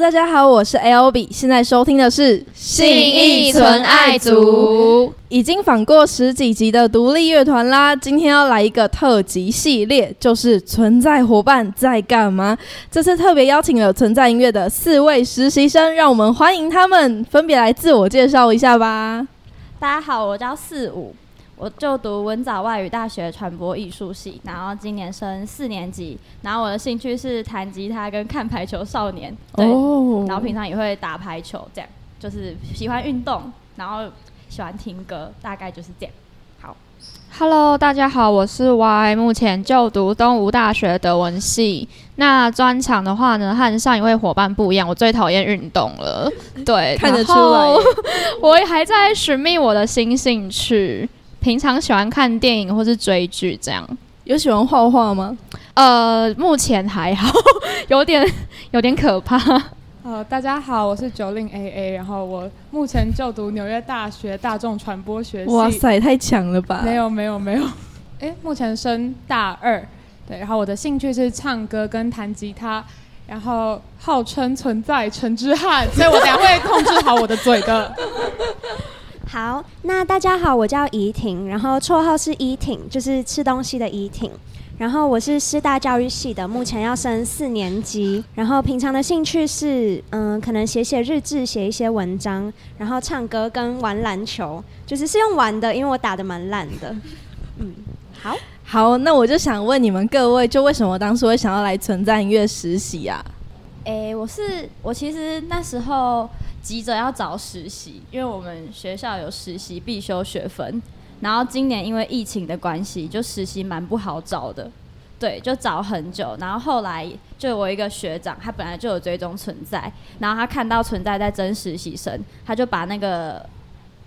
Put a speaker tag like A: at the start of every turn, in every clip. A: 大家好，我是 L B，现在收听的是《
B: 信义纯爱族，
A: 已经访过十几集的独立乐团啦。今天要来一个特辑系列，就是“存在伙伴在干嘛”。这次特别邀请了存在音乐的四位实习生，让我们欢迎他们，分别来自我介绍一下吧。
C: 大家好，我叫四五，我就读文藻外语大学传播艺术系，然后今年升四年级，然后我的兴趣是弹吉他跟看排球少年，对，
A: 哦
C: 然后平常也会打排球，这样就是喜欢运动，然后喜欢听歌，大概就是这样。
B: Hello，大家好，我是 Y，目前就读东吴大学德文系。那专长的话呢，和上一位伙伴不一样，我最讨厌运动 了。对，
A: 看得
B: 然
A: 出来
B: 后， 我还在寻觅我的新兴趣。平常喜欢看电影或是追剧这样。
A: 有喜欢画画吗？
B: 呃，目前还好， 有点有点可怕。
D: 呃，大家好，我是九令 AA，然后我目前就读纽约大学大众传播学系。
A: 哇塞，太强了吧！
D: 没有没有没有， 诶，目前升大二，对，然后我的兴趣是唱歌跟弹吉他，然后号称存在陈之汉，所以我等下会控制好我的嘴的。
E: 好，那大家好，我叫怡婷，然后绰号是怡婷，就是吃东西的怡婷。然后我是师大教育系的，目前要升四年级。然后平常的兴趣是，嗯，可能写写日志，写一些文章，然后唱歌跟玩篮球，就是是用玩的，因为我打的蛮烂的。嗯，好，
A: 好，那我就想问你们各位，就为什么当初会想要来存在音乐实习啊？
C: 诶、我是我其实那时候急着要找实习，因为我们学校有实习必修学分，然后今年因为疫情的关系，就实习蛮不好找的，对，就找很久，然后后来就我一个学长，他本来就有追踪存在，然后他看到存在在真实习生，他就把那个。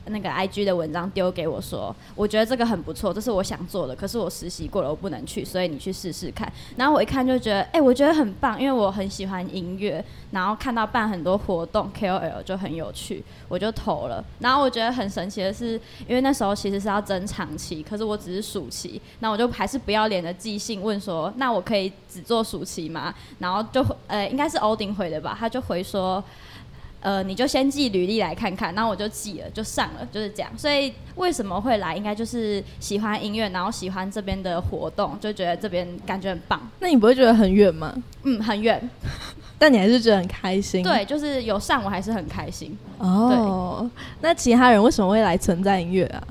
C: 那个 I G 的文章丢给我说，我觉得这个很不错，这是我想做的。可是我实习过了，我不能去，所以你去试试看。然后我一看就觉得，哎、我觉得很棒，因为我很喜欢音乐，然后看到办很多活动 KOL 就很有趣，我就投了。然后我觉得很神奇的是，因为那时候其实是要争长期，可是我只是暑期，那我就还是不要脸的寄信问说，那我可以只做暑期吗？然后就呃，应该是欧丁回的吧，他就回说。呃，你就先寄履历来看看，然后我就寄了，就上了，就是这样。所以为什么会来，应该就是喜欢音乐，然后喜欢这边的活动，就觉得这边感觉很棒。
A: 那你不会觉得很远吗？
C: 嗯，很远，
A: 但你还是觉得很开心。
C: 对，就是有上我还是很开心。
A: 哦，那其他人为什么会来存在音乐啊？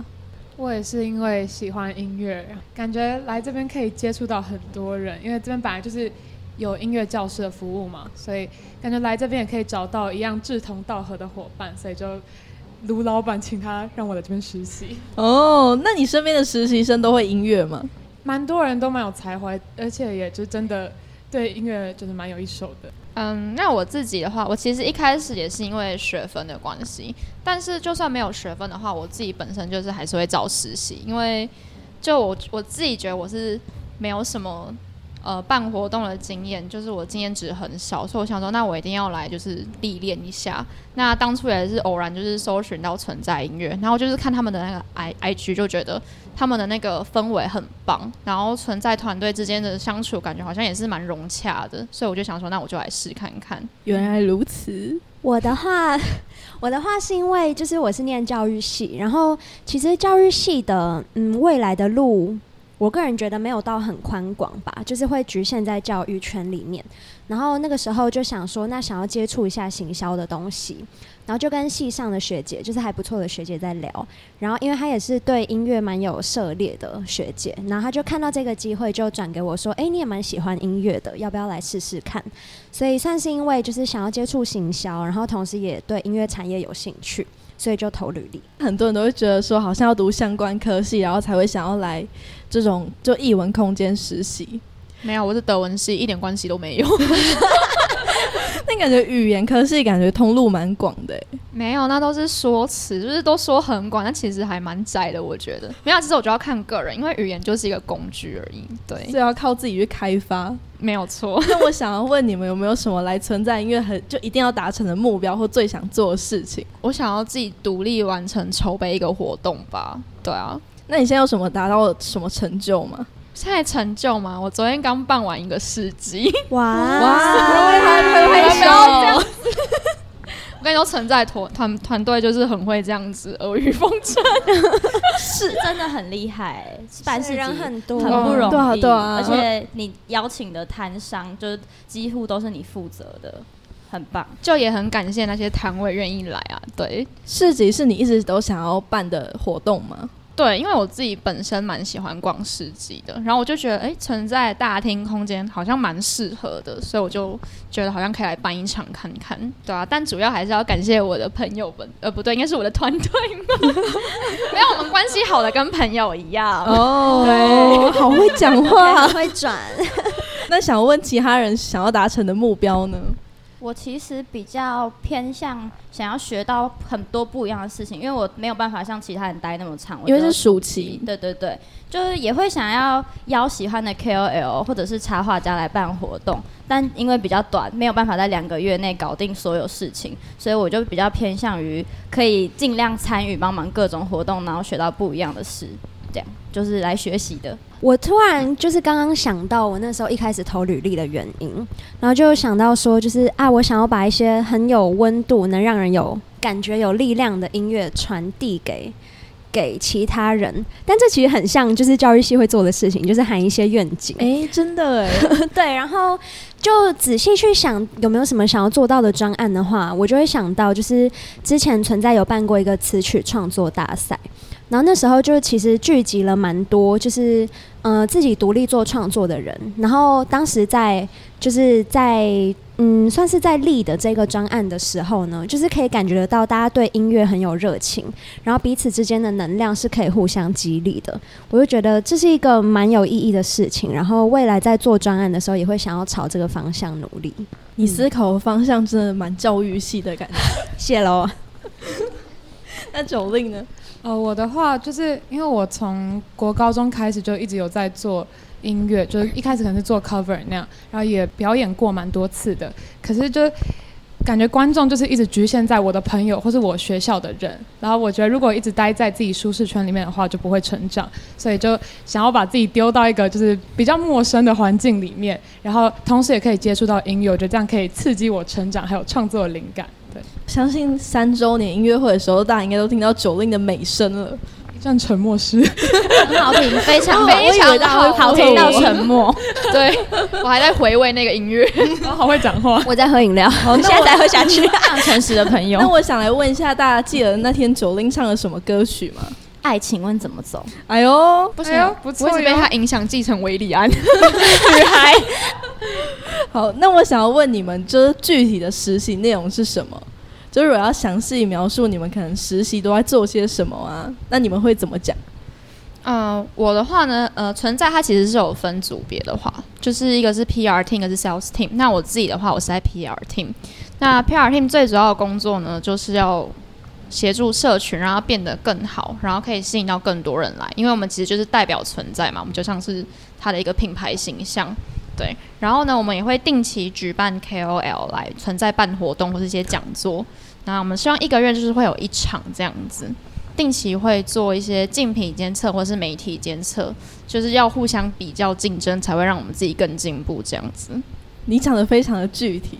D: 我也是因为喜欢音乐，感觉来这边可以接触到很多人，因为这边本来就是有音乐教室的服务嘛，所以感觉来这边也可以找到一样志同道合的伙伴，所以就卢老板请他让我来这边实习。
A: 哦，那你身边的实习生都会音乐吗？
D: 蛮多人都蛮有才华，而且也就真的对音乐就是蛮有一手的。
B: 嗯，那我自己的话，我其实一开始也是因为学分的关系，但是就算没有学分的话，我自己本身就是还是会找实习，因为就我我自己觉得我是没有什么呃办活动的经验，就是我经验值很少，所以我想说，那我一定要来就是历练一下。那当初也是偶然就是搜寻到存在音乐，然后就是看他们的那个 i i g 就觉得他们的那个氛围很棒，然后存在团队之间的相处感觉好像也是蛮融洽的，所以我就想说，那我就来试看看。
A: 原来如此。
E: 我的话，我的话是因为就是我是念教育系，然后其实教育系的嗯未来的路，我个人觉得没有到很宽广吧，就是会局限在教育圈里面。然后那个时候就想说，那想要接触一下行销的东西，然后就跟系上的学姐，就是还不错的学姐在聊。然后因为她也是对音乐蛮有涉猎的学姐，然后她就看到这个机会就转给我说，诶，你也蛮喜欢音乐的，要不要来试试看？所以算是因为就是想要接触行销，然后同时也对音乐产业有兴趣，所以就投履历。
A: 很多人都会觉得说，好像要读相关科系，然后才会想要来这种就艺文空间实习。
B: 没有，我是德文系，一点关系都没 有。
A: 但感觉语言科系感觉通路蛮广的欸，
B: 没有，那都是说辞，就是都说很广，但其实还蛮窄的，我觉得。没有，其实我就要看个人，因为语言就是一个工具而已。对，
A: 是要靠自己去开发。
B: 没有错。
A: 那我想要问你们，有没有什么来存在音乐很就一定要达成的目标或最想做的事情？
B: 我想要自己独立完成筹备一个活动吧。对啊，
A: 那你现在有什么达到什么成就吗？
B: 现在成就嘛，我昨天刚办完一个市集，
E: 哇
A: 哇，各位还拍拍手。
B: 我跟你说，存在团团团队就是很会这样子耳语风筝。
C: 是真的很厉害，办事
E: 人
C: 集
E: 很多，
C: 很不容易，
A: 对啊对啊
C: 而且你邀请的摊商就是几乎都是你负责的，很棒。
B: 就也很感谢那些摊位愿意来啊，对
A: 市集是你一直都想要办的活动吗？
B: 对，因为我自己本身蛮喜欢逛市集的，然后我就觉得，哎，存在大厅空间好像蛮适合的，所以我就觉得好像可以来办一场看看，对啊，但主要还是要感谢我的朋友们，呃，不对，应该是我的团队们， 没有，我们关系好的跟朋友一 样。
A: 哦，好会讲话
E: 很。会转。
A: 那想问其他人想要达成的目标呢？
C: 我其实比较偏向想要学到很多不一样的事情，因为我没有办法像其他人待那么长，我
A: 因为
C: 就是
A: 暑期，
C: 对对对，就是也会想要邀喜欢的 KOL 或者是插画家来办活动，但因为比较短，没有办法在两个月内搞定所有事情，所以我就比较偏向于可以尽量参与帮忙各种活动，然后学到不一样的事，这样就是来学习的。
E: 我突然就是刚刚想到我那时候一开始投履历的原因，然后就想到说，就是啊，我想要把一些很有温度、能让人有感觉、有力量的音乐传递给给其他人。但这其实很像就是教育系会做的事情，就是喊一些愿景。
A: 哎，真的哎，
E: 对，然后就仔细去想有没有什么想要做到的专案的话，我就会想到就是之前存在有办过一个词曲创作大赛，然后那时候就其实聚集了蛮多就是呃自己独立做创作的人，然后当时在就是在。嗯，算是在立的这个专案的时候呢，就是可以感觉得到大家对音乐很有热情，然后彼此之间的能量是可以互相激励的。我就觉得这是一个蛮有意义的事情，然后未来在做专案的时候也会想要朝这个方向努力。
A: 你思考的方向真的蛮教育系的感觉。
E: 谢喽，
A: 那九令呢？
D: 呃，我的话就是因为我从国高中开始就一直有在做音乐，就是一开始可能是做 cover 那样，然后也表演过蛮多次的，可是就感觉观众就是一直局限在我的朋友或是我学校的人，然后我觉得如果一直待在自己舒适圈里面的话，就不会成长，所以就想要把自己丢到一个就是比较陌生的环境里面，然后同时也可以接触到音乐，我觉得这样可以刺激我成长还有创作灵感。对，
A: 相信三周年音乐会的时候，大家应该都听到九令的美声了。
D: 一阵沉默是。
C: 很好听，非常
B: 哦
C: 非
B: 我以为
C: 常
B: 大家
C: 好，
B: 会
C: 好
B: 附和
C: 听到
B: 我
C: 沉默。
B: 对我还在回味那个音 乐，
D: 好会讲话。
E: 我在喝饮料，我现在才喝下去。
C: 非常诚实的朋
A: 那
C: 友，
A: 我想来问一下，大家记得那天九令唱了什么歌曲吗？
C: 爱请问怎么走？
A: 哎呦，
B: 不啊
D: 哎呦不
B: 我
D: 错
B: 一直被
D: 哟
B: 他影响，继承维里 安。
A: 好，那我想要问你们，就是具体的实习内容是什么？就是我要详细描述你们可能实习都在做些什么啊？那你们会怎么讲？
B: 嗯，我的话呢，呃，存在它其实是有分组别的话，就是一个是 PR team，一个是 sales team。那我自己的话，我是在 PR team。那 PR team 最主要的工作呢，就是要协助社群，让它变得更好，然后可以吸引到更多人来，因为我们其实就是代表存在嘛，我们就像是它的一个品牌形象。对，然后呢，我们也会定期举办 KOL 来存在办活动或是一些讲座。那我们希望一个月就是会有一场这样子。定期会做一些竞品监测或是媒体监测，就是要互相比较竞争，才会让我们自己更进步这样子。
A: 你讲的非常的具体。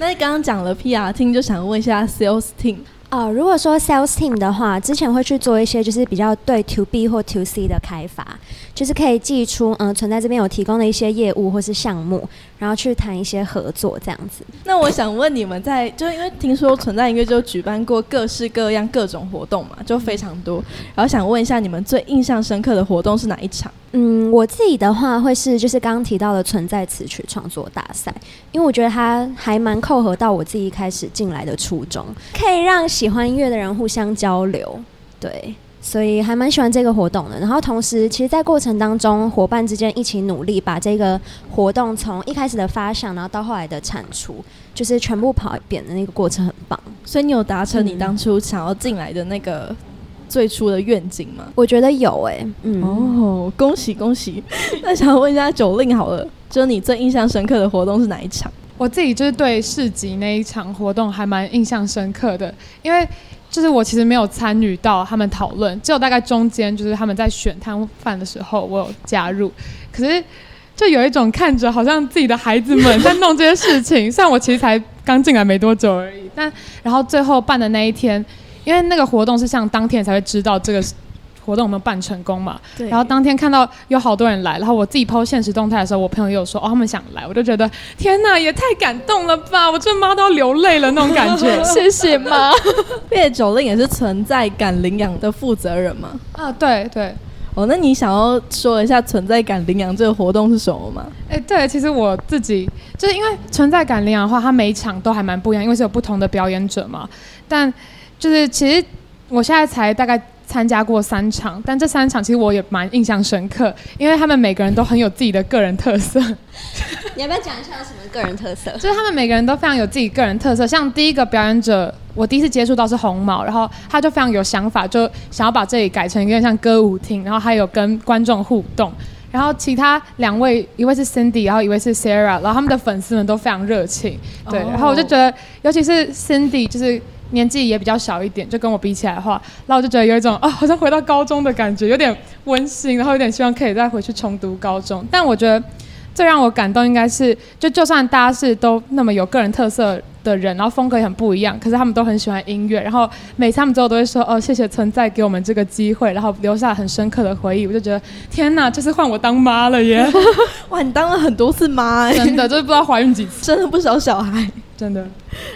A: 那刚刚讲了 PR team，就想问一下 sales team，
E: 哦，如果说 sales team 的话，之前会去做一些就是比较对 to B 或 to C 的开发，就是可以寄出嗯、呃存在这边有提供的一些业务或是项目，然后去谈一些合作这样子。
A: 那我想问你们在，就是因为听说存在音乐就举办过各式各样各种活动嘛，就非常多。然后想问一下，你们最印象深刻的活动是哪一场？
E: 嗯，我自己的话会是就是刚刚提到的存在词曲创作大赛，因为我觉得它还蛮扣合到我自己一开始进来的初衷，可以让喜欢音乐的人互相交流，对。所以还蛮喜欢这个活动的，然后同时，其实，在过程当中，伙伴之间一起努力，把这个活动从一开始的发想，然后到后来的产出，就是全部跑一遍的那个过程很棒。
A: 所以你有达成你
E: 嗯
A: 当初想要进来的那个最初的愿景吗？
E: 我觉得有诶、嗯，
A: 哦，恭喜恭喜！ 那想问一下九令好了，就是你最印象深刻的活动是哪一场？
D: 我自己就是对市集那一场活动还蛮印象深刻的，因为就是我其实没有参与到他们讨论，只有大概中间就是他们在选摊贩的时候我有加入，可是就有一种看着好像自己的孩子们在弄这些事情。虽然我其实才刚进来没多久而已，但然后最后办的那一天，因为那个活动是像当天才会知道这个活动有没有办成功嘛。
A: 对
D: 然后当天看到有好多人来，然后我自己抛现实动态的时候，我朋友也有说哦他们想来，我就觉得天哪，也太感动了吧！我这妈都要流泪了那种感 觉。
B: 谢谢妈。
A: 月九令也是存在感领养的负责人嘛。
D: 啊，对对。
A: 哦，那你想要说一下存在感领养这个活动是什么吗？
D: 哎、对，其实我自己就是因为存在感领养的话，它每一场都还蛮不一样，因为是有不同的表演者嘛。但就是其实我现在才大概参加过三场，但这三场其实我也蛮印象深刻，因为他们每个人都很有自己的个人特色，
E: 你要不要讲一下有什么个人特色？
D: 就是他们每个人都非常有自己个人特色。像第一个表演者，我第一次接触到是红毛，然后他就非常有想法，就想要把这里改成一个像歌舞厅，然后还有跟观众互动。然后其他两位，一位是 Cindy，然后一位是 Sarah，然后他们的粉丝们都非常热情，对。
A: 哦
D: 然后我就觉得，尤其是 Cindy，就是年纪也比较小一点，就跟我比起来的话，然后我就觉得有一种 啊，好像回到高中的感觉，有点温馨，然后有点希望可以再回去重读高中。但我觉得最让我感动应该是，就就算大家是都那么有个人特色的人，然后风格也很不一样，可是他们都很喜欢音乐，然后每次他们之后都会说，哦，谢谢存在给我们这个机会，然后留下很深刻的回忆。我就觉得，天哪，这次换我当妈了耶！
A: 哇，你当了很多次妈、 欸，
D: 真的，就是不知道怀孕几次，
A: 生了不少小孩。
D: 真的。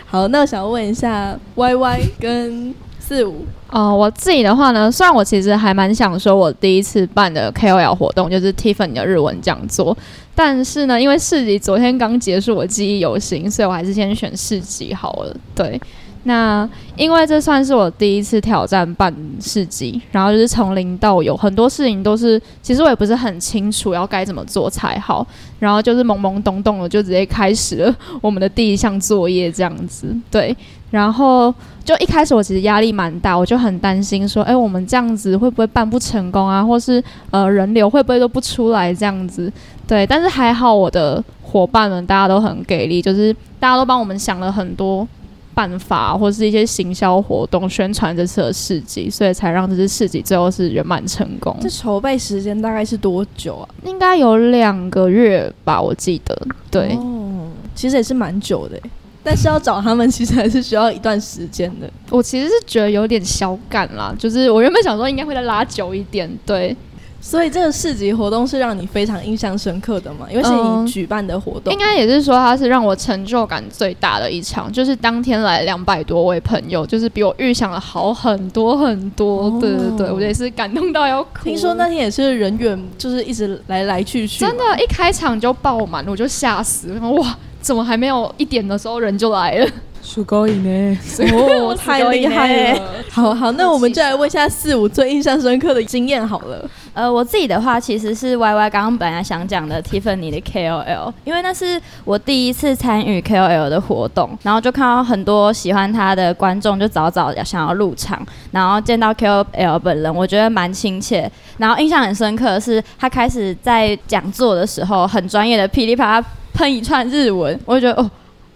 A: 好，那我想问一下 Y Y 跟四五，
B: 哦，我自己的话呢，虽然我其实还蛮想说，我第一次办的 KOL 活动就是 Tiffany 的日文讲座，但是呢，因为市集昨天刚结束，我记忆犹新，所以我还是先选市集好了。对，那因为这算是我第一次挑战办市集，然后就是从零到有，很多事情都是其实我也不是很清楚要该怎么做才好，然后就是懵懵懂懂的就直接开始了我们的第一项作业这样子。对，然后就一开始我其实压力蛮大，我就很担心说，哎，我们这样子会不会办不成功啊？或是呃人流会不会都不出来这样子？对，但是还好我的伙伴们大家都很给力，就是大家都帮我们想了很多办法，或是一些行销活动宣传这次的市集，所以才让这次市集最后是圆满成功。
A: 这筹备时间大概是多久啊？
B: 应该有两个月吧，我记得。对，
A: 哦，其实也是蛮久的欸、但是要找他们其实还是需要一段时间的。
B: 我其实是觉得有点小赶啦，就是我原本想说应该会再拉久一点，对，
A: 所以这个市集活动是让你非常印象深刻的嘛？因为是
B: 嗯
A: 你举办的活动，
B: 应该也是说，它是让我成就感最大的一场，就是当天来两百多位朋友，就是比我预想的好很多很多。
A: 哦
B: 对对对，我也是感动到要哭。
A: 听说那天也是人员就是一直来来去去嘛，
B: 真的，一开场就爆满，我就吓死，我想哇，怎么还没有一点的时候人就来了？
D: 属狗以呢？
A: 哦，太厉害了！好好，那我们就来问一下四五最印象深刻的经验好了。
C: 呃，我自己的话其实是 Y Y 刚刚本来想讲的 Tiffany 的 K O L，因为那是我第一次参与 K O L 的活动，然后就看到很多喜欢他的观众就早早想要入场，然后见到 K O L 本人，我觉得蛮亲切。然后印象很深刻的是，他开始在讲座的时候很专业的噼里啪啦喷一串日文，我就觉得哦，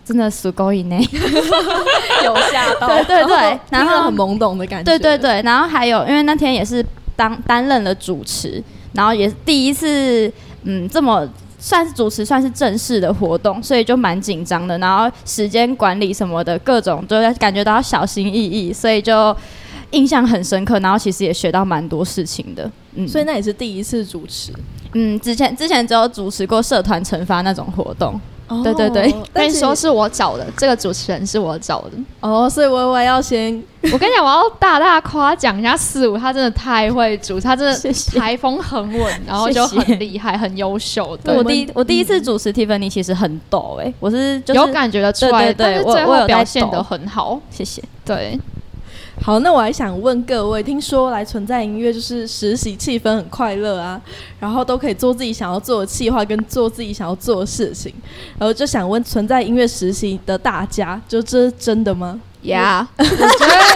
C: 真的足够以内，有吓到，对 对对，然
A: 然
C: 后
A: 后很懵懂的感觉，
C: 对对对，然后还有，因为那天也是当担任了主持，然后也是第一次，嗯，这么算是主持，算是正式的活动，所以就蛮紧张的。然后时间管理什么的，各种都在感觉到小心翼翼，所以就印象很深刻。然后其实也学到蛮多事情的。嗯，
A: 所以那也是第一次主持。
C: 嗯，之前之前只有主持过社团惩罚那种活动，对对对
A: 哦
B: 跟
A: 但
B: 你
A: 是
B: 说是我找的，这个主持人是我找的。
A: 哦，所以我我要先
B: 我跟你讲，我要大大夸奖一下四五，他真的太会煮，他真
C: 谢
B: 的
C: 谢
B: 台风很稳，然后就很厉害，很优秀。
C: 对
B: 对
C: 我，第一我第一次主持 Tiffany 其实很抖哎、我是就是
B: 有感觉得出来，
C: 对对对
B: 但是
C: 我
B: 最
C: 我
B: 后
C: 有在
B: 表现的
C: 抖
B: 很好。
C: 谢谢。
B: 对，
A: 好，那我还想问各位，听说来存在音乐就是实习气氛很快乐啊，然后都可以做自己想要做的计划跟做自己想要做的事情，然后就想问存在音乐实习的大家，就这是真的吗？
B: 呀、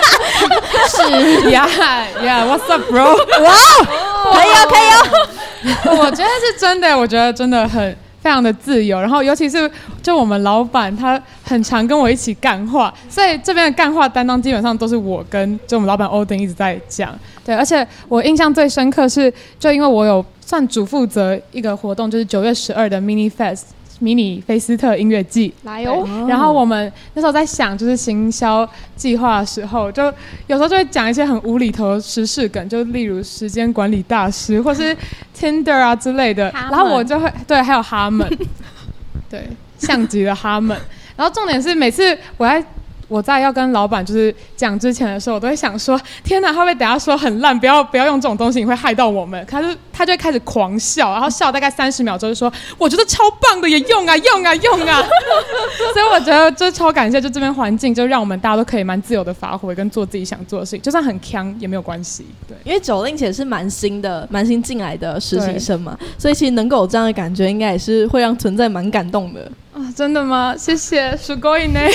D: 呀呀，What's up, bro？Oh
C: 可以哦，可以哦。
D: 我觉得是真的，我觉得真的很非常的自由。然后尤其是就我们老板，他很常跟我一起干话，所以这边的干话担当基本上都是我跟就我们老板欧丁一直在讲。对，而且我印象最深刻是，就因为我有算主负责一个活动，就是九月十二的 Mini Fest 迷你菲斯特音乐季。
B: 来哦，
D: 然后我们那时候在想，就是行销计划的时候，就有时候就会讲一些很无厘头的时事梗，就例如时间管理大师或是 Tinder 啊之类的。
C: 哈们
D: 然后我就会对，还有哈们，对，像极了哈们。然后重点是，每次我在我在要跟老板就是讲之前的时候，我都会想说：天哪，会不会等下说很烂？不要不要用这种东西，你会害到我们。他就他就会开始狂笑，然后笑大概三十秒之后就说：我觉得超棒的，也用啊用啊用啊。 所以我觉得就超感谢，就这边环境就让我们大家都可以蛮自由的发挥跟做自己想做的事情，就算很呛也没有关系。对，
A: 因为九令姐是蛮新的、蛮新进来的实习生嘛，所以其实能够有这样的感觉，应该也是会让存在蛮感动的。
D: 啊，真的吗？谢谢，すご いね。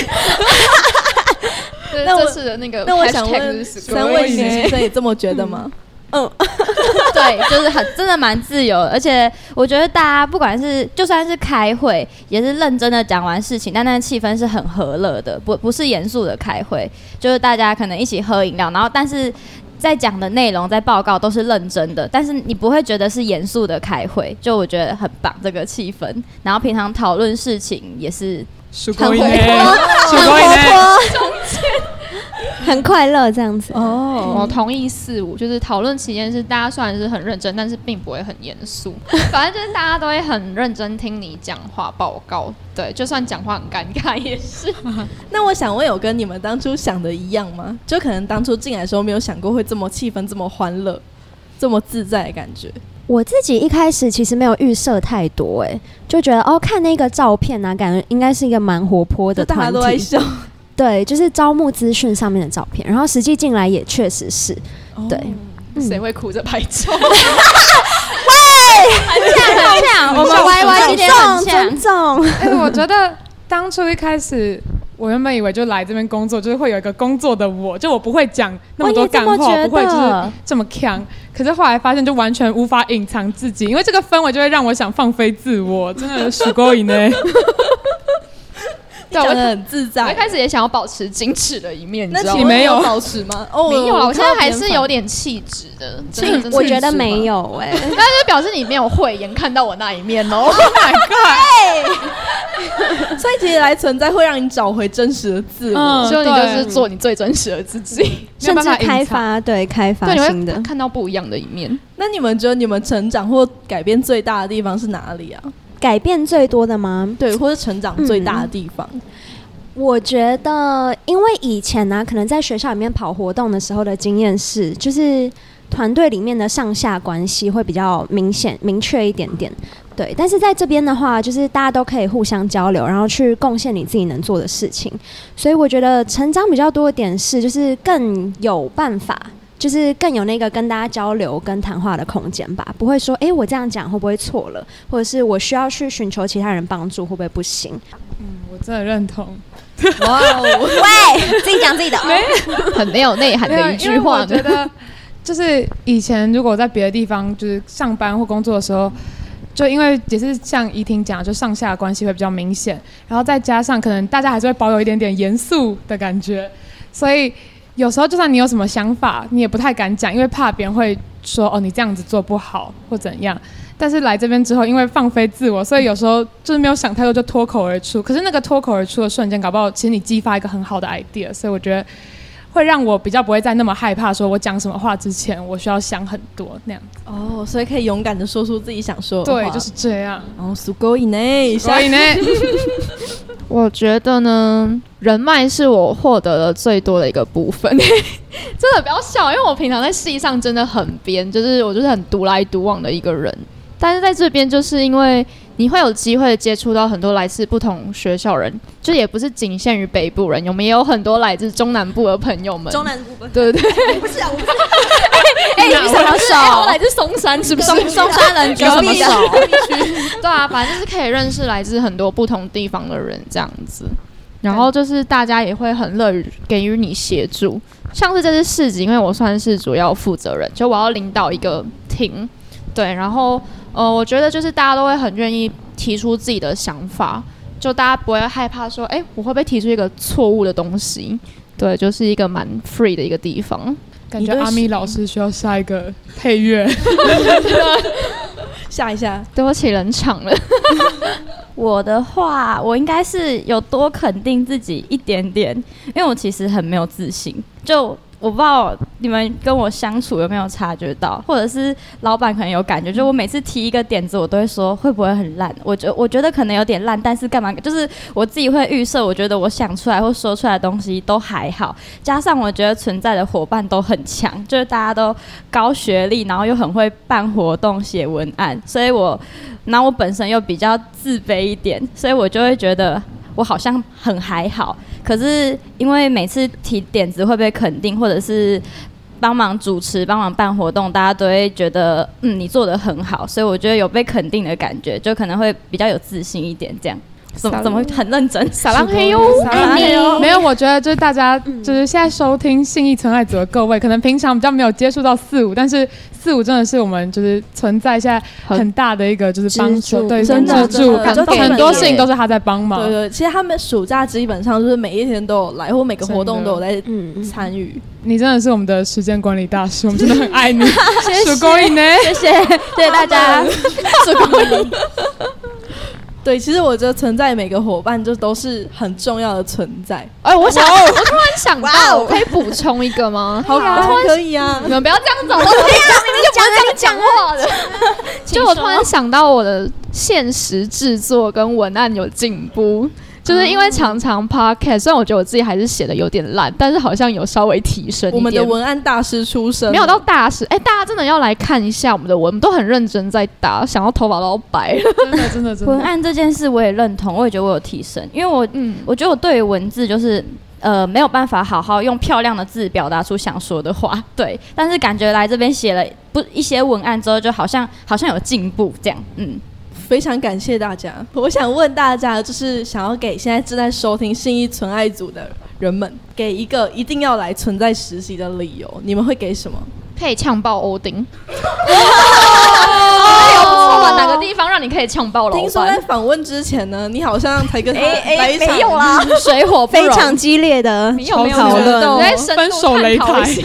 B: 这
A: 那我
B: 这次的那个
A: 那我想
B: hashtag 就
A: 问
B: 是死鬼
A: 三位实习生也这么觉得吗？
C: 对，就是很真的蛮自由的，而且我觉得大家不管是就算是开会，也是认真的讲完事情，但那个气氛是很和乐的，不不是严肃的开会，就是大家可能一起喝饮料，然后但是在讲的内容在报告都是认真的，但是你不会觉得是严肃的开会，就我觉得很棒这个气氛，然后平常讨论事情也是
D: すごい
E: 很活
D: ね，すごい
E: 很活
D: ね。
E: 泼，很快乐这样子。
B: 我
C: 嗯
A: 哦，
B: 同意四五，就是讨论期间是大家虽然是很认真，但是并不会很严 肃，反正就是大家都会很认真听你讲话报告，对，就算讲话很尴尬也是。
A: 那我想问，有跟你们当初想的一样吗？就可能当初进来的时候没有想过会这么气氛、这么欢乐、这么自在的感觉。
E: 我自己一开始其实没有预设太多、哎，就觉得哦，看那个照片啊，感觉应该是一个蛮活泼
A: 就
E: 的
A: 大家
E: 团
A: 都在
E: 体。
A: 笑，
E: 对，就是招募资讯上面的照片，然后实际进来也确实是，对，
A: 哦
E: 嗯
B: 谁会哭着拍 照？
C: 很像，我们 Y Y 今天很像
E: 尊。重，
D: 哎、我觉得当初一开始，我原本以为就来这边工作，就是会有一个工作的我，就我不会讲那么多干话，我
E: 我也这么觉得
D: 不会就是这么强。可是后来发现，就完全无法隐藏自己，因为这个氛围就会让我想放飞自我，真的是过瘾呢。
B: 对，啊
A: 讲
B: 我
A: 的很自
B: 我一
A: 在。
B: 开始也想要保持矜持的一面，你
A: 那
B: 知道
A: 请
B: 吗？
A: 问
D: 没有
A: 保持吗？哦，
B: 没有啊，我现在
A: 看到别
B: 还
A: 人
B: 是
A: 反
B: 有点气质的，气
E: 我觉得没有、哎，
B: 但是表示你没有慧眼看到我那一面 哦。
A: 所以其实来存在会让你找回真实的自我。
D: 嗯
B: 所以你 就是
D: 对
B: 做你最真实的自己，
E: 甚
D: 没
E: 至
D: 有办法隐藏
E: 开发对开发
B: 对，你
E: 新
B: 会
E: 的。
B: 看到不一样的一面。
A: 那你们觉得你们成长或改变最大的地方是哪里啊？
E: 改变最多的吗？
A: 对，或是成长最大的地
E: 嗯
A: 方？
E: 我觉得，嗯因为以前呢、可能在学校里面跑活动的时候的经验是，就是团队里面的上下关系会比较明显、明确一点点。对，但是在这边的话，就是大家都可以互相交流，然后去贡献你自己能做的事情。所以我觉得成长比较多的点是，就是更有办法，就是更有那个跟大家交流跟谈话的空间吧。不会说，诶，我这样讲会不会错了，或者是我需要去寻求其他人帮助，会不会不行？
D: 我真的认同，
A: 哇哦，
E: 喂，自己讲自己的。
B: 很没有内涵
D: 没有
B: 的一句话
D: 因为我觉
B: 呢。
D: 得，就是以前如果在别的地方就是上班或工作的时候，就因为也是像怡婷讲，就上下的关系会比较明显，然后再加上可能大家还是会保有一点点严肃的感觉，所以有时候就算你有什么想法，你也不太敢讲，因为怕别人会说哦你这样子做不好或怎样。但是来这边之后，因为放飞自我，所以有时候就是没有想太多，就脱口而出。可是那个脱口而出的瞬间，搞不好其实你激发一个很好的 idea，所以我觉得会让我比较不会再那么害怕，说我讲什么话之前，我需要想很多那样。
A: 哦，所以可以勇敢的说出自己想说的话。
D: 对，就是这样。
A: 哦，すごいね。
D: 所 以呢，
B: 我觉得呢，人脉是我获得的最多的一个部分。 真的不要笑，因为我平常在戏上真的很编，就是我就是很独来独往的一个人。但是在这边，就是因为你会有机会接触到很多来自不同学校人，就也不是仅限于北部人，我们也有很多来自中南部的朋友们。
A: 南部分
B: 对对对，
A: 不是啊，我不是
B: 哎、你什么
C: 手
B: 我来自松山，是不是？
C: 松松山人举
B: 隔
C: 什
B: 壁
C: 么
A: 啊
C: 手？
B: 对啊，反正就是可以认识来自很多不同地方的人这样子，然后就是大家也会很乐于给予你协助。像是这次市集，因为我算是主要负责人，就我要领导一个 team，对，然后呃，我觉得就是大家都会很愿意提出自己的想法，就大家不会害怕说，哎、我会不会提出一个错误的东西？对，就是一个蛮 free 的一个地方。
D: 感觉阿咪老师需要下一个配乐。
A: 下一下，
B: 对不起，冷场了。
C: 我的话，我应该是有多肯定自己一点点，因为我其实很没有自信。就我不知道你们跟我相处有没有察觉到，或者是老板可能有感觉，就我每次提一个点子，我都会说会不会很烂？我觉 我觉得可能有点烂，但是干嘛？就是我自己会预设，我觉得我想出来或说出来的东西都还好，加上我觉得存在的伙伴都很强，就是大家都高学历，然后又很会办活动、写文案，所以我然后我本身又比较自卑一点，所以我就会觉得我好像很还好。可是因为每次提点子会被肯定，或者是帮忙主持、帮忙办活动，大家都会觉得嗯你做的很好，所以我觉得有被肯定的感觉，就可能会比较有自信一点。这样怎么怎么会很认真？
B: 撒浪嘿哟，
D: 撒
E: 嘿 哟
D: 没有，我觉得就是大家就是现在收听信义存爱组的各位，可能平常比较没有接触到四五，但是四五真的是我们就是存在现在很大的一个就是帮
E: 支
D: 助，
E: 柱
D: 对，
A: 真的
D: 帮助
A: 真的就给
D: 很多
A: 力
D: 事情都是他在帮忙
A: 对。对，其实他们暑假基本上就是每一天都有来，或每个活动都有在
E: 嗯，嗯
A: 参与。
D: 你真的是我们的时间管理大师，我们真的很 爱你， 数够你呢。
C: 谢谢谢谢大家，
A: 这个对，其实我觉得存在每个伙伴就都是很重要的存在。
B: 哎，我想，我突然想到，我可以补充一个吗？
A: 好，当然可以啊
B: 你。们不要这样子，我都
E: 讲啊你讲啊，
B: 就我突然想到，我的现实制作跟文案有进步，就是因为常常 podcast，虽然我觉得我自己还是写的有点烂，但是好像有稍微提升一
A: 我
B: 点。
A: 们的文案大师出身，
B: 没有到大师，哎、大家真的要来看一下我们的文，我们都很认真在打，想要头发都要白了。
D: 真的真的真
C: 文
D: 的，
C: 案这件事我也认同，我也觉得我有提升，因为我
B: 嗯，
C: 我觉得我对于文字就是呃没有办法好好用漂亮的字表达出想说的话，对。但是感觉来这边写了不一些文案之后，就好像好像有进步这样，嗯。
A: 非常感谢大家。我想问大家，就是想要给现在正在收听信义存爱组的人们，给一个一定要来存在实习的理由，你们会给什么？
B: 可以呛爆欧丁。哦哎呦不错吧？哪个地方让你可以呛爆老
A: 听说在
B: 板？
A: 访问之前呢，你好像才跟他
E: 哎哎
A: 来一场
E: 没有啦，
C: 水火不
E: 非
C: 容。
E: 常激烈的
B: 没有没有
E: 讨
D: 没有
E: 论
B: 我在深
D: 哦分手
B: 度探
D: 擂
B: 讨一
D: 台，
B: 些。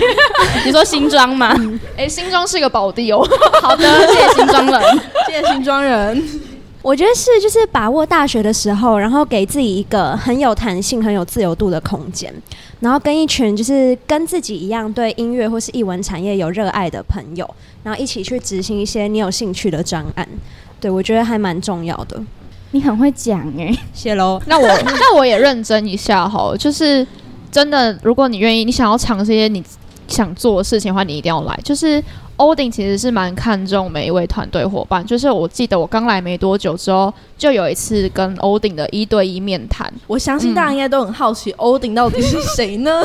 C: 你说新装吗？
B: 哎、新庄是个宝地哦。
C: 好的，谢谢新装人。
A: 谢谢新庄人。
E: 我觉得是，就是把握大学的时候，然后给自己一个很有弹性、很有自由度的空间，然后跟一群就是跟自己一样对音乐或是艺文产业有热爱的朋友，然后一起去执行一些你有兴趣的专案。对，我觉得还蛮重要的。
C: 你很会讲哎、
A: 欸
E: 谢喽。
B: 那 我那我也认真一下好了，就是真的，如果你愿意，你想要尝试一些你想做的事情的话，你一定要来。就是欧丁其实是蛮看重每一位团队伙伴。就是我记得我刚来没多久之后，就有一次跟欧丁的一对一面谈，
A: 我相信大家应该都很好奇欧顶到底是谁 呢？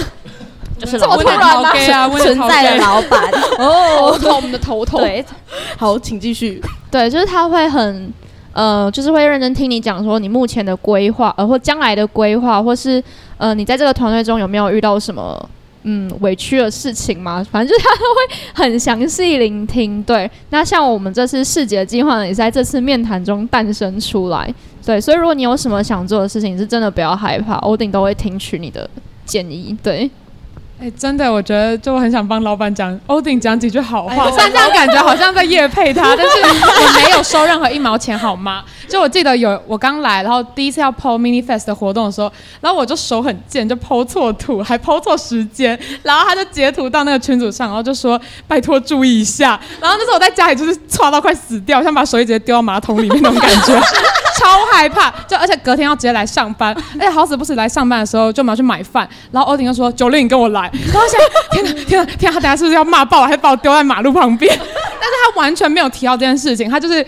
C: 就是
B: 这么
C: 老
B: 突然吗
D: 我也好 gay 啊我也
C: 存
D: 好
C: 在
D: gay
C: 的老板，
B: 哦，我们的头痛。
C: 对，
A: 好，请继续。
B: 对，就是他会很呃，就是会认真听你讲说你目前的规划，呃，或将来的规划，或是呃，你在这个团队中有没有遇到什么嗯委屈的事情吗？反正就是他都会很详细聆听。对，那像我们这次世节计划呢，也是在这次面谈中诞生出来。对，所以如果你有什么想做的事情，是真的不要害怕，欧顶都会听取你的建议。对，
D: 哎，真的，我觉得就很想帮老板讲欧顶讲几句好
A: 哎呦
D: 话，虽然这样感觉好像在夜配 他，但是我没有收任何一毛钱，好吗？就我记得有我刚来，然后第一次要 PO mini fest 的活动的时候，然后我就手很贱，就 PO 错图，还 PO 错时间，然后他就截图到那个群组上，然后就说拜托注意一下。然后那时候我在家里就是差到快死掉，想把手机直接丢到马桶里面那种感觉， 超害怕。就而且隔天要直接来上班，而且好死不死来上班的时候就我们要去买饭，然后欧婷就说九令你跟我来，然后我想天哪天哪天哪，他等下是不是要骂爆我，还是把我丢在马路旁边？但是他完全没有提到这件事情，他就是。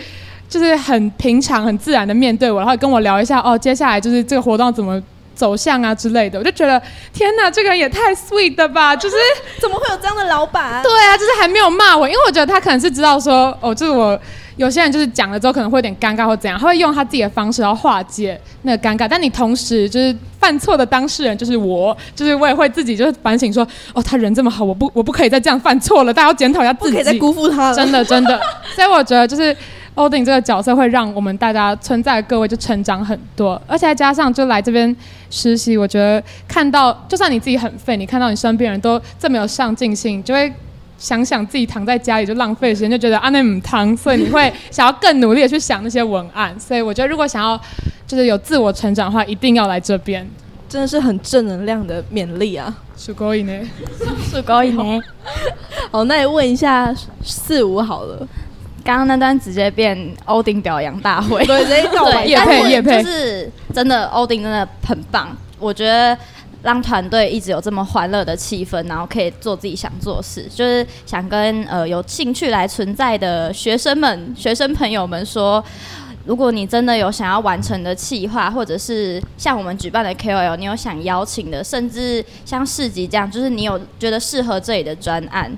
D: 就是很平常、很自然的面对我，然后跟我聊一下哦，接下来就是这个活动怎么走向啊之类的，我就觉得天哪，这个人也太 sweet 了吧！就是
A: 怎么会有这样的老板？
D: 对啊，就是还没有骂我，因为我觉得他可能是知道说，哦，就是我有些人就是讲了之后可能会有点尴尬或怎样，他会用他自己的方式然后化解那个尴尬。但你同时就是犯错的当事人就是我，就是我也会自己就是反省说，哦，他人这么好，我不我不可以再这样犯错了，大家要检讨一下
A: 不
D: 自己。
A: 可以再辜负他了。
D: 真的真的。所以我觉得就是欧丁这个角色会让我们大家存在的各位就成长很多，而且再加上就来这边实习，我觉得看到就算你自己很废，你看到你身边人都这么有上进心，你就会。想想自己躺在家里就浪费时间，就觉得啊那母汤，所以你会想要更努力的去想那些文案。所以我觉得如果想要就是有自我成长的话，一定要来这边。
A: 真的是很正能量的勉励啊！
D: すごいね。
C: 是高一呢。
A: 好，那也问一下四五好了，
C: 刚刚那段直接变欧丁表扬大会。
A: 对，直接告白
D: 业
C: 但
D: 配
C: 是
D: 业配
C: 就是真的欧丁真的很棒，我觉得。让团队一直有这么欢乐的气氛，然后可以做自己想做的事，就是想跟呃有兴趣来存在的学生们、学生朋友们说，如果你真的有想要完成的企划，或者是像我们举办的 KOL，你有想邀请的，甚至像市集这样，就是你有觉得适合这里的专案，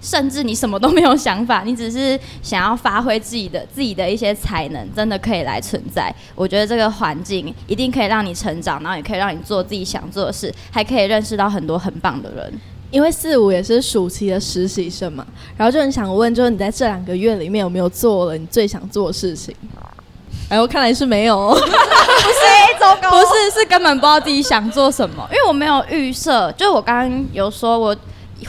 C: 甚至你什么都没有想法，你只是想要发挥自己的自己的一些才能，真的可以来存在。我觉得这个环境一定可以让你成长，然后也可以让你做自己想做的事，还可以认识到很多很棒的人。
A: 因为四五也是暑期的实习生嘛，然后就很想问，就是你在这两个月里面有没有做了你最想做的事情？哎呦，看来是没有 哦，
C: 不是，是根本不知道自己想做什么，因为我没有预设。就是我刚刚有说我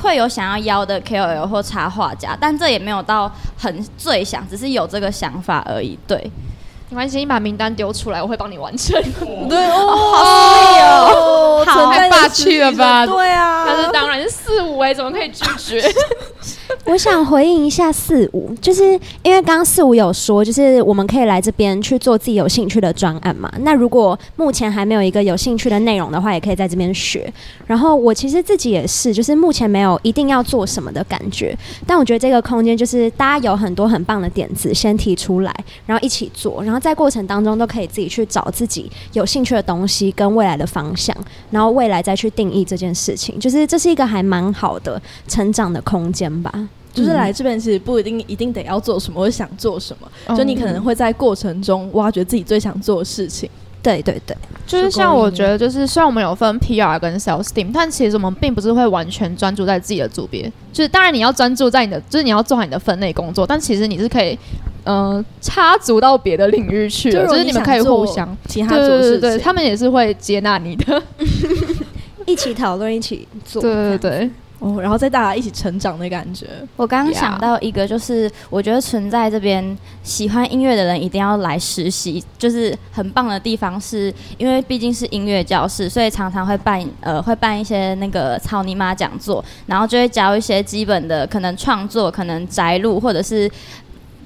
C: 会有想要邀的 KOL 或插画家，但这也没有到很最想，只是有这个想法而已。对，
B: 没关系，你把名单丢出来，我会帮你完成。
A: 对哦，好 sweet 哦，
C: 好
A: 存在
D: 太
A: 的
D: 霸
A: 实习
D: 气了
A: 生
D: 吧
A: 对啊，
B: 但是当然是四五哎，怎么可以拒绝？
E: 我想回应一下四五，就是因为刚刚四五有说，就是我们可以来这边去做自己有兴趣的专案嘛。那如果目前还没有一个有兴趣的内容的话，也可以在这边学。然后我其实自己也是，就是目前没有一定要做什么的感觉，但我觉得这个空间就是大家有很多很棒的点子，先提出来，然后一起做，然后在过程当中都可以自己去找自己有兴趣的东西跟未来的方向，然后未来再去定义这件事情。就是这是一个还蛮好的成长的空间吧。
A: 就是
B: 嗯
A: 来这边其实不一定一定得要做什么，或者想做什么，
B: 哦
A: 就你可能会在过程中挖掘自己最想做的事情。
E: 对对对，
B: 就是像我觉得，就是虽然我们有分 PR 跟 sales team，但其实我们并不是会完全专注在自己的组别。就是当然你要专注在你的，就是你要做好你的分内工作，但其实你是可以，呃，插足到别的领域去的，
A: 如
B: 就
A: 果
B: 是你们可以
A: 想做
B: 互相。
A: 其他
B: 对
A: 做
B: 对
A: 的事
B: 对
A: 情，
B: 对，他们也是会接纳你的。
E: 一起讨论，一起 做。
B: 对对对，
A: 哦，然后再大家一起成长的感觉。
C: 我刚刚
B: Yeah
C: 想到一个，就是我觉得存在这边喜欢音乐的人一定要来实习，就是很棒的地方是，因为毕竟是音乐教室，所以常常会办呃会办一些那个草泥马讲座，然后就会教一些基本的可能创作、可能摘录或者是。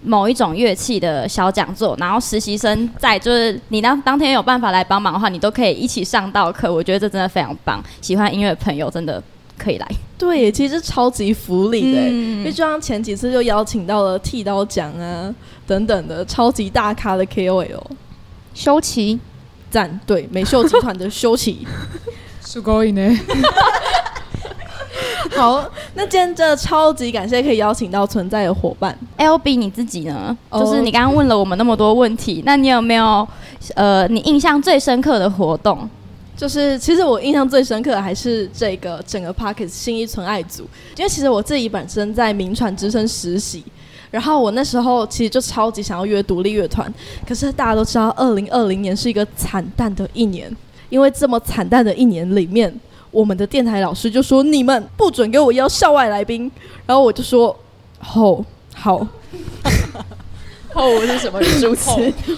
C: 某一种乐器的小讲座，然后实习生在就是你当当天有办法来帮忙的话，你都可以一起上到课。我觉得这真的非常棒，喜欢音乐的朋友真的可以来。
A: 对耶，其实超级福利的耶，欸因
C: 嗯
A: 为就像前几次就邀请到了剃刀奖啊等等的超级大咖的 KOL，
B: 修齐，
A: 赞对美秀集团的修齐。
D: すごいね。
A: 好， 那今天真的超级感谢可以邀请到存在的伙伴。
C: L B 你自己呢？
A: 哦
C: 就是你刚刚问了我们那么多问题，那你有没有呃，你印象最深刻的活动？
A: 就是其实我印象最深刻的还是这个整个 Pockets 新一纯爱组，因为其实我自己本身在名传之声实习。然后我那时候其实就超级想要约独立乐团，可是大家都知道，二零二零年是一个惨淡的一年，因为这么惨淡的一年里面，我们的电台老师就说你们不准给我邀校外来宾，然后我就说，吼、好，
B: 后是什么主词？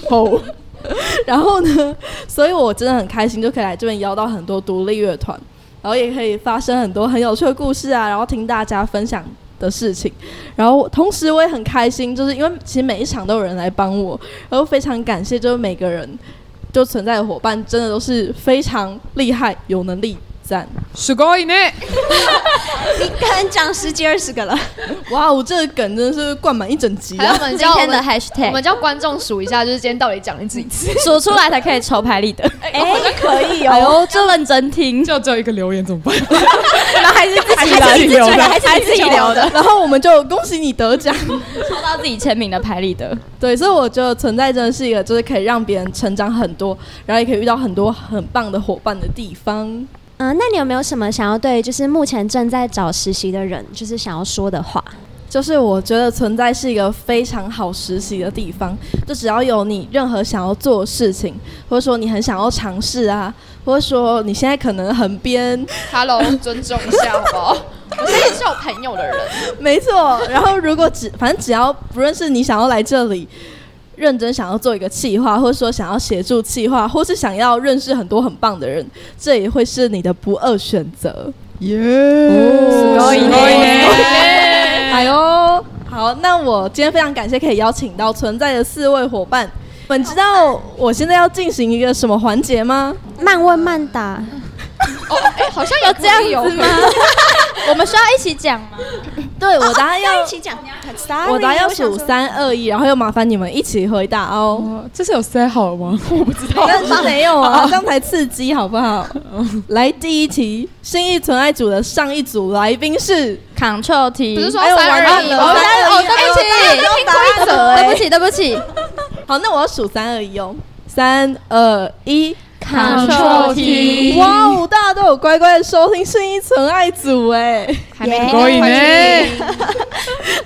A: 吼， 然后呢，所以我真的很开心，就可以来这边邀到很多独立乐团，然后也可以发生很多很有趣的故事啊，然后听大家分享的事情，然后同时我也很开心，就是因为其实每一场都有人来帮我，然后非常感谢，就是每个人就存在的伙伴，真的都是非常厉害、有能力。赞！
D: すごいね。
E: 你可能讲十几二 十个了。
A: 哇，我这个梗真的是灌满一整集
B: 还有
A: 啊
B: 我！们
C: 今
B: 叫我
C: 天的
B: 们，我
C: Hashtag
B: 们叫观众数一下，就是今天到底讲了几次？
C: 说出来才可以抽牌立得。
E: 哎、可以
C: 哎呦，这认真听，
D: 就只有一个留言怎么办？
C: 然后还是自己
D: 还是自己留 的
C: 还是自己留的，
A: 然后我们就恭喜你得奖。
C: 抽到自己签名的牌立得。
A: 对，所以我觉得存在真的是一个，就是可以让别人成长很多，然后也可以遇到很多很棒的伙伴的地方。
E: 嗯、那你有没有什么想要对，就是目前正在找实习的人，就是想要说的话？
A: 就是我觉得存在是一个非常好实习的地方，就只要有你任何想要做的事情，或者说你很想要尝试啊，或者说你现在可能很编，
B: Hello，尊重一下好不好？
A: 我现在
B: 也是有朋友的人。
A: 没错。然后如果只反正只要不认识你想要来这里。认真想要做一个企划，或者说想要协助企划，或是想要认识很多很棒的人，这也会是你的不二选择。耶！
C: ごい
B: ね
A: 哎呦，好，那我今天非常感谢可以邀请到存在的四位伙伴。你们知道我现在要进行一个什么环节吗？
E: 慢问慢答，
B: 哦，哎、好像有这样
E: 哦
B: 有吗？
C: 我们需要一起讲吗？
A: 对，我答案要，
E: 起讲。
A: 我答案要数三二一，然后又麻烦你们一起回答哦。
D: 哦，这是有 say 好吗？我不知道。
A: 但是没有啊，这样才刺激，好不 好？来，第一题，新义纯爱组的上一组来宾是
C: Ctrl 题，
B: 不是说
A: 哎呦
B: 三
A: 完
B: 二
A: 蛋
B: 一
A: 了
B: 吗？
A: 完蛋了哎
B: 哦，对不起，
A: 听
E: 哦
A: 规
B: 哦
A: 则
C: 对不起，对不起
A: 好，那我要数三二一哦，三二一。
C: ，Ctrl 题，
A: 哇哦，大家都有乖乖的收听新一纯爱组哎。
B: 还没
E: 耶
B: 听过
D: ごいね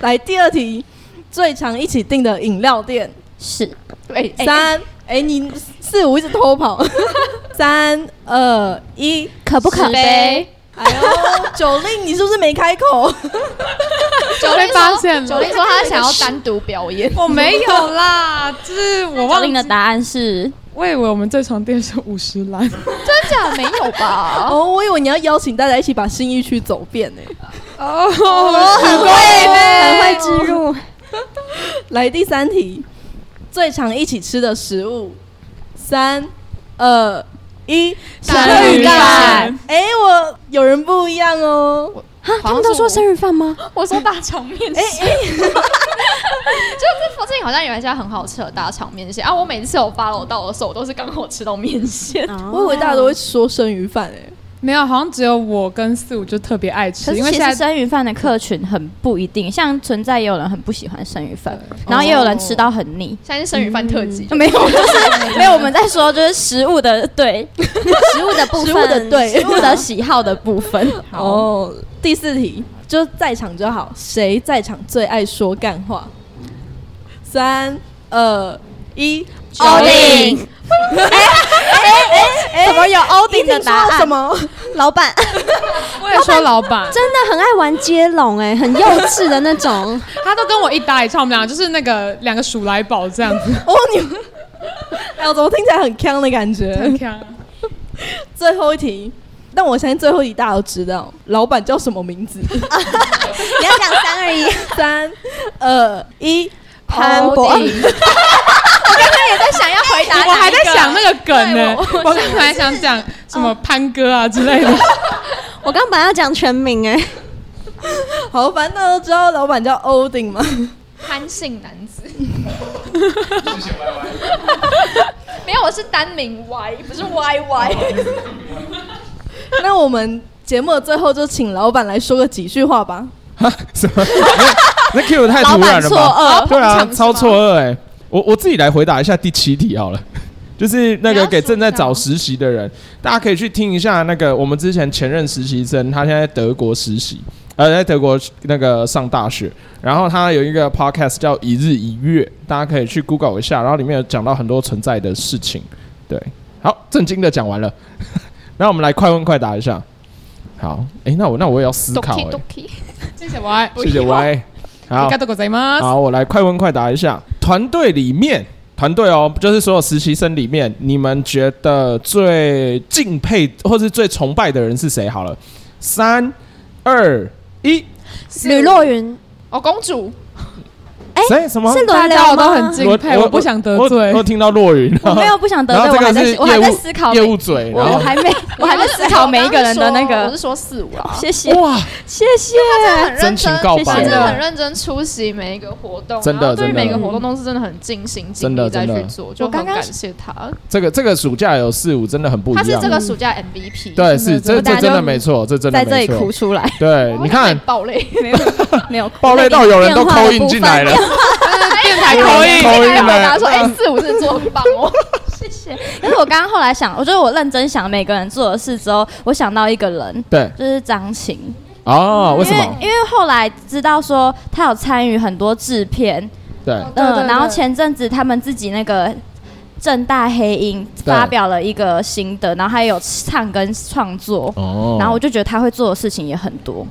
A: 来，第二题，最常一起订的饮料店，
C: 是
B: 对，哎
A: 三，哎，你四五一直偷跑，三二一，
E: 可不可
B: 十？杯。
A: 哎呦，九令，你是不是没开口？
B: 九
D: 被
B: 零
D: 发现了
B: 九零说他想 要单独表演，
D: 我没有啦，就是我
C: 我
D: 忘
C: 令
D: 了
C: 的。答案是
D: 我以为我们最常店是五十兰，
B: 真假没有 吧？
A: 哦，我以为你要邀请大家一起把新一区走遍呢。
D: 哦，
E: 很会很会植入。
A: 来第三题，最常一起吃的食物，三、二、一，
D: 生鱼
C: 蛋。
A: 哎、我有人不一样哦。
E: 哈，他们都说生日饭吗？
B: 我说大肠面线， 就是附近好像有一家很好吃的大肠面线啊！我每次有 follow 到的时候，我都是刚好吃到面线。
E: 哦
A: 我以为大家都会说生鱼饭哎、
D: 没有，好像只有我跟四五就特别爱吃
C: 可，是
D: 因为
C: 其
D: 现
C: 实
D: 在
C: 生鱼饭的客群很不一定，像存在也有人很不喜欢生鱼饭，然后也有人吃到很腻。
B: 现在是生鱼饭特辑，
C: 嗯没有，就是 没有。我们在说就是食物的对 食物的部分，
A: 食物的对
C: 食物的喜 好的部分。哦，
A: 哦，第四题，就在场就好，谁在场最爱说干话？三、二、一，
E: 哦
C: 奥丁。
A: 哎、怎么有欧
E: 丁的答案
A: 什么？
E: 老 板
D: 我也说老板，
E: 真的很爱玩接龙，哎，很幼稚的那 种。
D: 他都跟我一搭一唱，我们俩就是那个两个鼠来宝这样子。
A: 哦，你 们，哎，我怎么听起来很呛的感觉？
D: 啊
A: 最后一题，但我相信最后一题大家都知道，老板叫什么名 字？
E: 你要讲三二一，
A: 三、二、一，
E: 潘博
B: 我刚才也在想要
C: 哎
B: 回答哪一个，
D: 我还在想那个梗呢，
B: 对
D: 我刚才想讲什么潘哥啊之类的。
E: 我刚本来要讲全名，哎，
A: 好，反正大家都知道老板叫欧丁 嘛。
B: 潘姓男子，没有，我是单名 Y，不是 YY。
A: 那我们节目的最后就请老板来说个几句话吧。
F: 哈 什么？那 Q 太突然了吧？对啊，超错愕哎！我我自己来回答一下第七题好了， 就是那个给正在找实习的人，大家可以去听一下那个我们之前前任实习生，他现在在德国实习，呃，在德国那个上大学，然后他有一个 podcast 叫《一日一月》，大家可以去 Google 一下，然后里面有讲到很多存在的事情。对，好，震惊的讲完了， 那我们来快问快答一下。好，哎、那我那我也要思考、欸，
B: Doki，
D: 谢谢我爱，
F: 谢谢 Y。好
D: 干，得过贼吗？
F: 好，我来快问快答一下，团队里面，团队哦，就是所有实习生里面，你们觉得最敬佩或是最崇拜的人是谁？好了，三、二、一，
E: 吕若云
B: 哦，公主，
C: 哎
F: 谁？什么？
E: 是
D: 大
E: 轮
D: 家
E: 流
D: 我都很
E: 吗？
D: 敬佩，我不想得罪
F: 我。我听到落云，
C: 我没有不想得
F: 然
C: 罪，
F: 后
C: 我
F: 这
C: 还
F: 个
C: 在
F: 是
C: 思我还在
F: 业务
C: 思考
F: 业
C: 每，
F: 务嘴，
C: 我
F: 然
C: 我
F: 后
C: 还没我还在思考每一个人的那
B: 我
C: 个啊
B: 是。说四五啦，
C: 谢谢
F: 哇，
C: 谢谢，
B: 很认
F: 真情
B: 真。
F: 告
C: 谢
F: 白
C: 谢
B: 真的很
F: 了，
B: 认真出席每一个活动，
F: 真的
B: 然后对于
F: 真的
B: 每个活动都是真的很尽心尽
F: 真的
B: 力再
F: 真
B: 去
F: 的
B: 做，就
C: 我刚
B: 很
C: 刚
B: 感谢他。
F: 这个这个暑假有四五真的很不一
B: 他
F: 样，
B: 是这个暑假 MVP，，
F: 对，是这
C: 我大
F: 这
C: 家
F: 真的
C: 就
F: 没错，这真的
C: 在这里
F: 没
C: 哭
F: 错，
C: 出来，
F: 对，你看
B: 暴 雷，
C: 没有
F: 爆料到有人都扣印进来了。
B: 电台
F: 口音口音
B: 我
F: 来
B: 答说，哎，四五是做很棒哦，
C: 可是我刚刚后来想，我觉得我认真想每个人做的事之后，我想到一个人，
F: 对，
C: 就是张晴。
F: 哦，为什
C: 因为
F: 么？
C: 因为后来知道说他有参与很多制片，
F: 对，
D: 对对
C: 嗯，
D: 对
C: 然后前阵子他们自己那个正大黑鹰发表了一个新的，然后他也有唱跟创作，
F: 哦
C: 然后我就觉得他会做的事情也很多，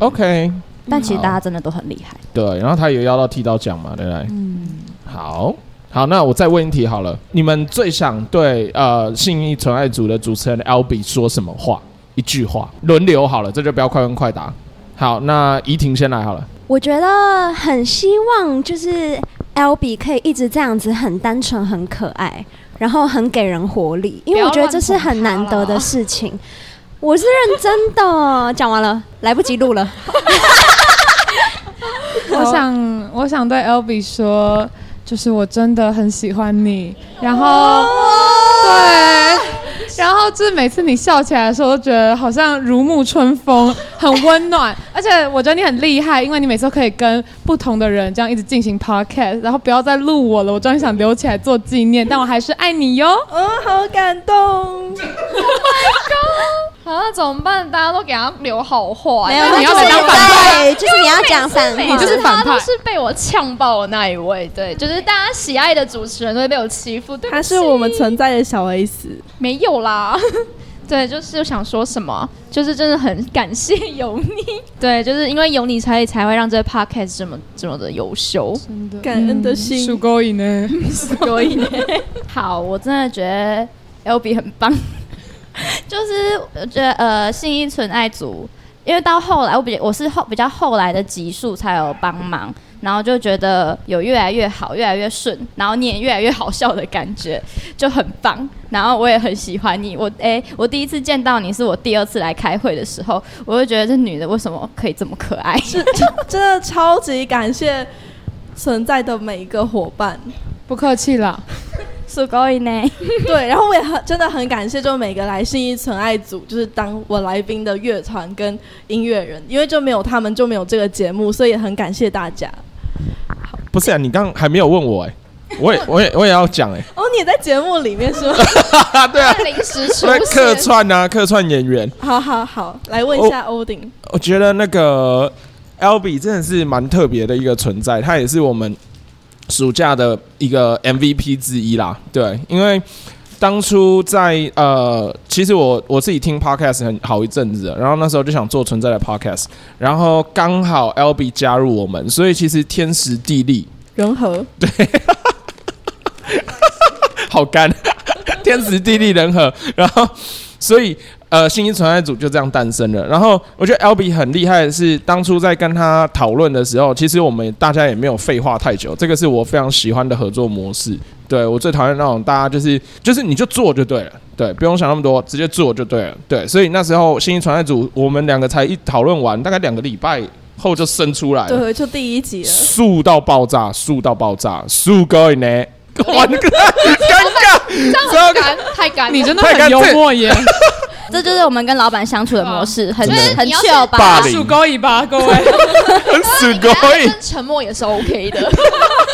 F: OK，
C: 但其实大家真的都很厉害。
F: 对，然后他也要到剃刀奖嘛，对不对？
C: 嗯，
F: 好好，那我再问一题好了，你们最想对呃信义纯爱组的主持人 L B 说什么话？一句话，轮流好了，这就不要快问快答。好，那怡婷先来好了。
E: 我觉得很希望就是 L B 可以一直这样子，很单纯、很可爱，然后很给人活力，因为我觉得这是很
A: 哦
E: 难得的事情。我是认真的，讲完了，来不及录了。
D: 我想，我想对 L B 说，就是我真的很喜欢你。然后，对，然后就是每次你笑起来的时候，都觉得好像如沐春风，很温暖。而且我觉得你很厉害，因为你每次都可以跟不同的人这样一直进行 podcast，然后不要再录我了，我终于想留起来做纪念，但我还是爱你哟。
A: 哦，好感动。
B: 好，那啊怎么办？大家都给他留好话，
E: 没有，
B: 因为
D: 哎你要
E: 就是
D: 来当反派
E: 对就是你要讲反
B: 每
E: 话，
D: 就
B: 次
D: 是反
B: 他
D: 派
B: 都是被我呛爆的那一位，对，就是大家喜爱的主持人都会被我欺负，对不起，
A: 他是我们存在的小 S。
B: 没有啦。 对，就是想说什么，就是真的很感谢有你，对，就是因为有你才才会让这个 podcast 这么这么的优秀。
D: 真的，
A: 感恩的心
F: 嗯
D: 数够瘾呢。
C: 所以好，我真的觉得 L B 很棒， 就是我觉得呃，信义纯爱组，因为到后来我比我是后比较后来的集数才有帮忙，然后就觉得有越来越好，越来越顺，然后你也越来越好笑的感觉，就很棒。然后我也很喜欢你，我哎、 我第一次见到你是我第二次来开会的时候，我就觉得这女的为什么可以这么可爱？
A: 是真真的超级感谢存在的每一个伙伴，
D: 不客气啦，
C: すごいね。
A: 对，然后我也很真的很感谢，就每个来信一纯爱组，就是当我来宾的乐团跟音乐人，因为就没有他们就没有这个节目，所以也很感谢大家。
F: 不是啊，你刚还没有问我哎、我也我也我也要讲哎、
A: 哦，你也在节目里面是吗？
F: 啊对啊，
B: 临时出
F: 那客
B: 现，
F: 串啊，客串演员，
A: 好好好，来问一下
F: 哦
A: 欧丁，
F: 我觉得那个 L B 真的是蛮特别的一个存在，他也是我们暑假的一个 MVP 之一啦。对，因为当初在呃，其实我我自己听 podcast 很好一阵子了，然后那时候就想做存在的 podcast，然后刚好 L B 加入我们，所以其实天时地利
A: 融合
F: 好干， 天时地利人和，然后所以呃，新一存爱组就这样诞生了。然后我觉得 L B 很厉害的是，当初在跟他讨论的时候，其实我们大家也没有废话太久，这个是我非常喜欢的合作模式。对我最讨厌那种大家就是就是你就做就对了，对，不用想那么多，直接做就对了，对。所以那时候新一传爱组我们两个才一讨论完，大概两个礼拜后就生出来了，
A: 对，就第一集了。
F: 速到爆炸，速到爆炸，速 going 欸呢？哇，你个尴尬，
B: 这样很干， 太干，
D: 你真的
F: 太干
D: 很幽
F: 脆
D: 默耶，
C: 这就是我们跟老板相处的模式，很
F: 真的
C: 很
B: 你要是
C: chill 吧？
F: 霸凌
D: 数够瘾吧，各位。
F: 死
B: 给
F: 鬼，
B: 他一声沉默也是 OK 的。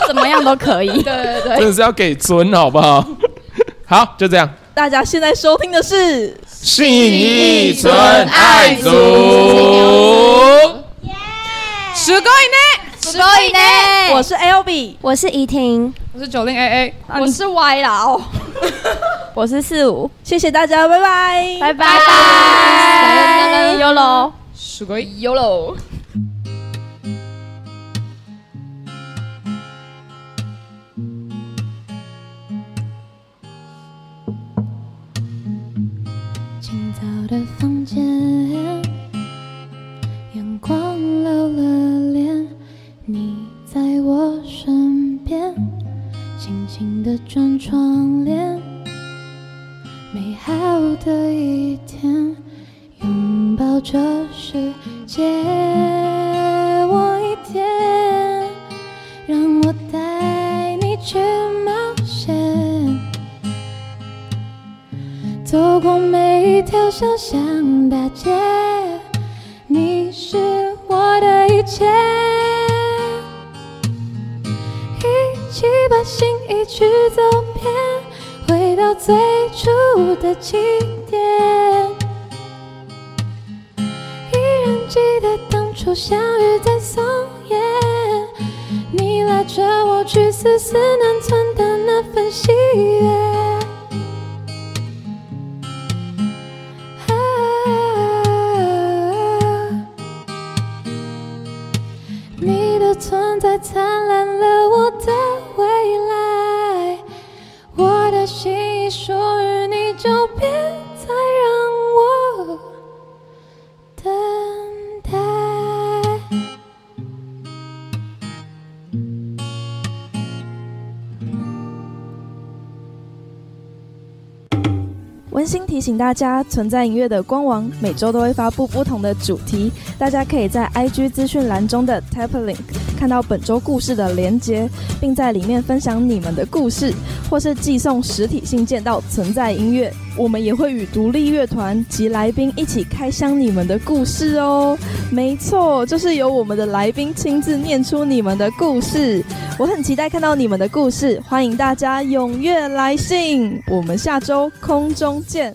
C: 怎么样都可以。
B: 对对对
F: 真，的是要给尊好不好？ 好，就这样。
A: 大家现在收听的是
F: 信义
B: 存
A: 爱组
D: 数够瘾呢，
C: 所以
E: 哎
C: 呢，
A: 我是 L B，
E: 我是怡婷，
D: 我是九零 AA。
B: 我是歪啦哦，
C: 啊 我是四五，
A: 谢谢大家，拜拜。
C: 拜拜拜有喽。
D: 数够瘾。
B: 有喽。
G: 清早的房间，阳光露了脸，你在我身边，轻轻地转窗帘，美好的一天，拥抱这世界，我一点，让我带你去冒险。走过每一条小巷大街，你是我的一切。一起把心意去走遍，回到最初的起点。依然记得当初相遇在松烟，你拉着我去思思南村的那份喜悦。啊，存在灿烂了我的未来。我的心已属于你，就别再让我等待。
A: 温馨提醒大家，存在音乐的官网每周都会发布不同的主题，大家可以在 IG 资讯栏中的 Tap Link 看到本周故事的连接，并在里面分享你们的故事，或是寄送实体信件到存在音乐。我们也会与独立乐团及来宾一起开箱你们的故事哦。没错，就是由我们的来宾亲自念出你们的故事。我很期待看到你们的故事，欢迎大家踊跃来信。我们下周空中见。